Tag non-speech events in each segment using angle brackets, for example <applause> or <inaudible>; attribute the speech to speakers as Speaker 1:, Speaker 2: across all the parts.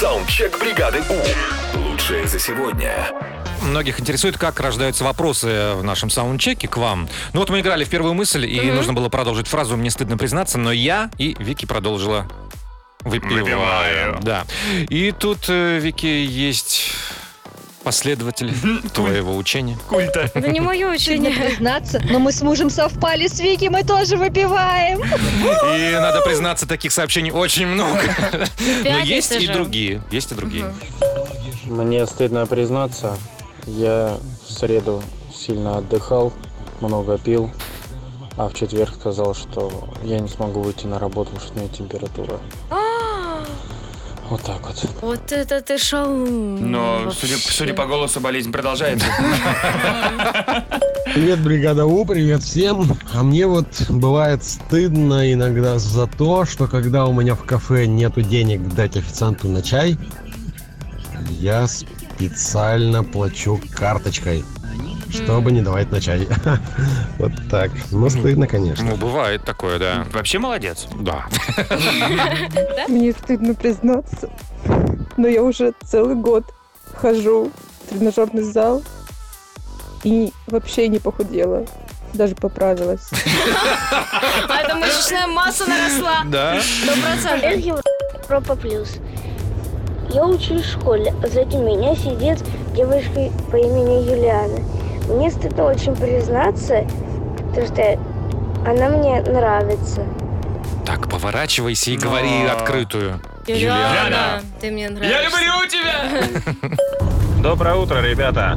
Speaker 1: Саундчек бригады У. Лучшее за сегодня.
Speaker 2: Многих интересует, как рождаются вопросы в нашем саундчеке к вам. Ну вот мы играли в первую мысль, и нужно было продолжить фразу «Мне стыдно признаться», но я и Вики продолжила «Выпиваю».
Speaker 3: Выпиваю.
Speaker 2: Да. И тут, э, Вики, есть последователь твоего учения.
Speaker 3: Культа.
Speaker 4: Это не мое
Speaker 5: Стыдно
Speaker 4: учение.
Speaker 5: признаться, но мы с мужем совпали с Вики, мы тоже выпиваем.
Speaker 2: И надо признаться, таких сообщений очень много. Но
Speaker 4: Пятница
Speaker 2: есть и
Speaker 4: же.
Speaker 2: другие. Есть и другие.
Speaker 6: Мне стыдно признаться, я в среду сильно отдыхал, много пил, а в четверг сказал, что я не смогу выйти на работу, потому что у меня температура.
Speaker 4: А,
Speaker 6: Вот так вот.
Speaker 4: Вот это ты шалун.
Speaker 3: Но,
Speaker 4: вообще.
Speaker 3: судя, судя по голосу, болезнь продолжается.
Speaker 7: Привет, бригада У, привет всем. А мне вот бывает стыдно иногда за то, что когда у меня в кафе нету денег дать официанту на чай, я специально плачу карточкой, чтобы не давать на чай. <laughs> Вот так. Ну, стыдно, конечно.
Speaker 2: Ну, бывает такое, да.
Speaker 3: Вообще молодец.
Speaker 2: Да.
Speaker 8: Мне стыдно признаться, но я уже целый год хожу в тренажерный зал и вообще не похудела. Даже поправилась.
Speaker 4: А это мышечная масса наросла.
Speaker 2: Да.
Speaker 4: Сто процентов.
Speaker 9: Энергия Пропа Плюс. Я учусь в школе, а сзади меня сидит девушка по имени Юлиана. Мне стыдно очень признаться, потому что она мне нравится.
Speaker 2: Так, поворачивайся и говори
Speaker 3: Но.
Speaker 2: открытую.
Speaker 4: Юлиана,
Speaker 3: Юлиана.
Speaker 4: ты мне нравишься.
Speaker 3: Я люблю тебя!
Speaker 10: Доброе утро, ребята.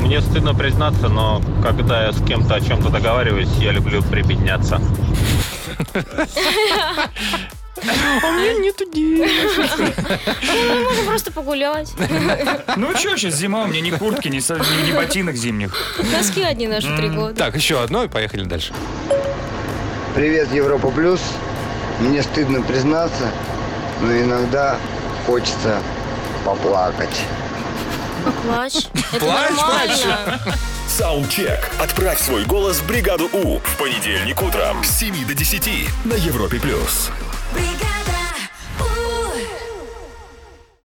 Speaker 10: Мне стыдно признаться, но когда я с кем-то о чем-то договариваюсь, я люблю прибедняться.
Speaker 4: Мы можем Ну, просто погулять.
Speaker 3: Ну чё, сейчас зима, у меня ни куртки, ни, со- ни- ни ботинок зимних.
Speaker 4: Носки одни наши три года.
Speaker 2: Так, еще одно и поехали дальше.
Speaker 11: Привет, Европа Плюс. Мне стыдно признаться, но иногда хочется поплакать.
Speaker 4: Плачь. Это
Speaker 2: Плачь,
Speaker 4: нормально.
Speaker 1: Саундчек. Отправь свой голос в бригаду У в понедельник утром с 7 до 10 на Европе+. плюс.
Speaker 9: Бригада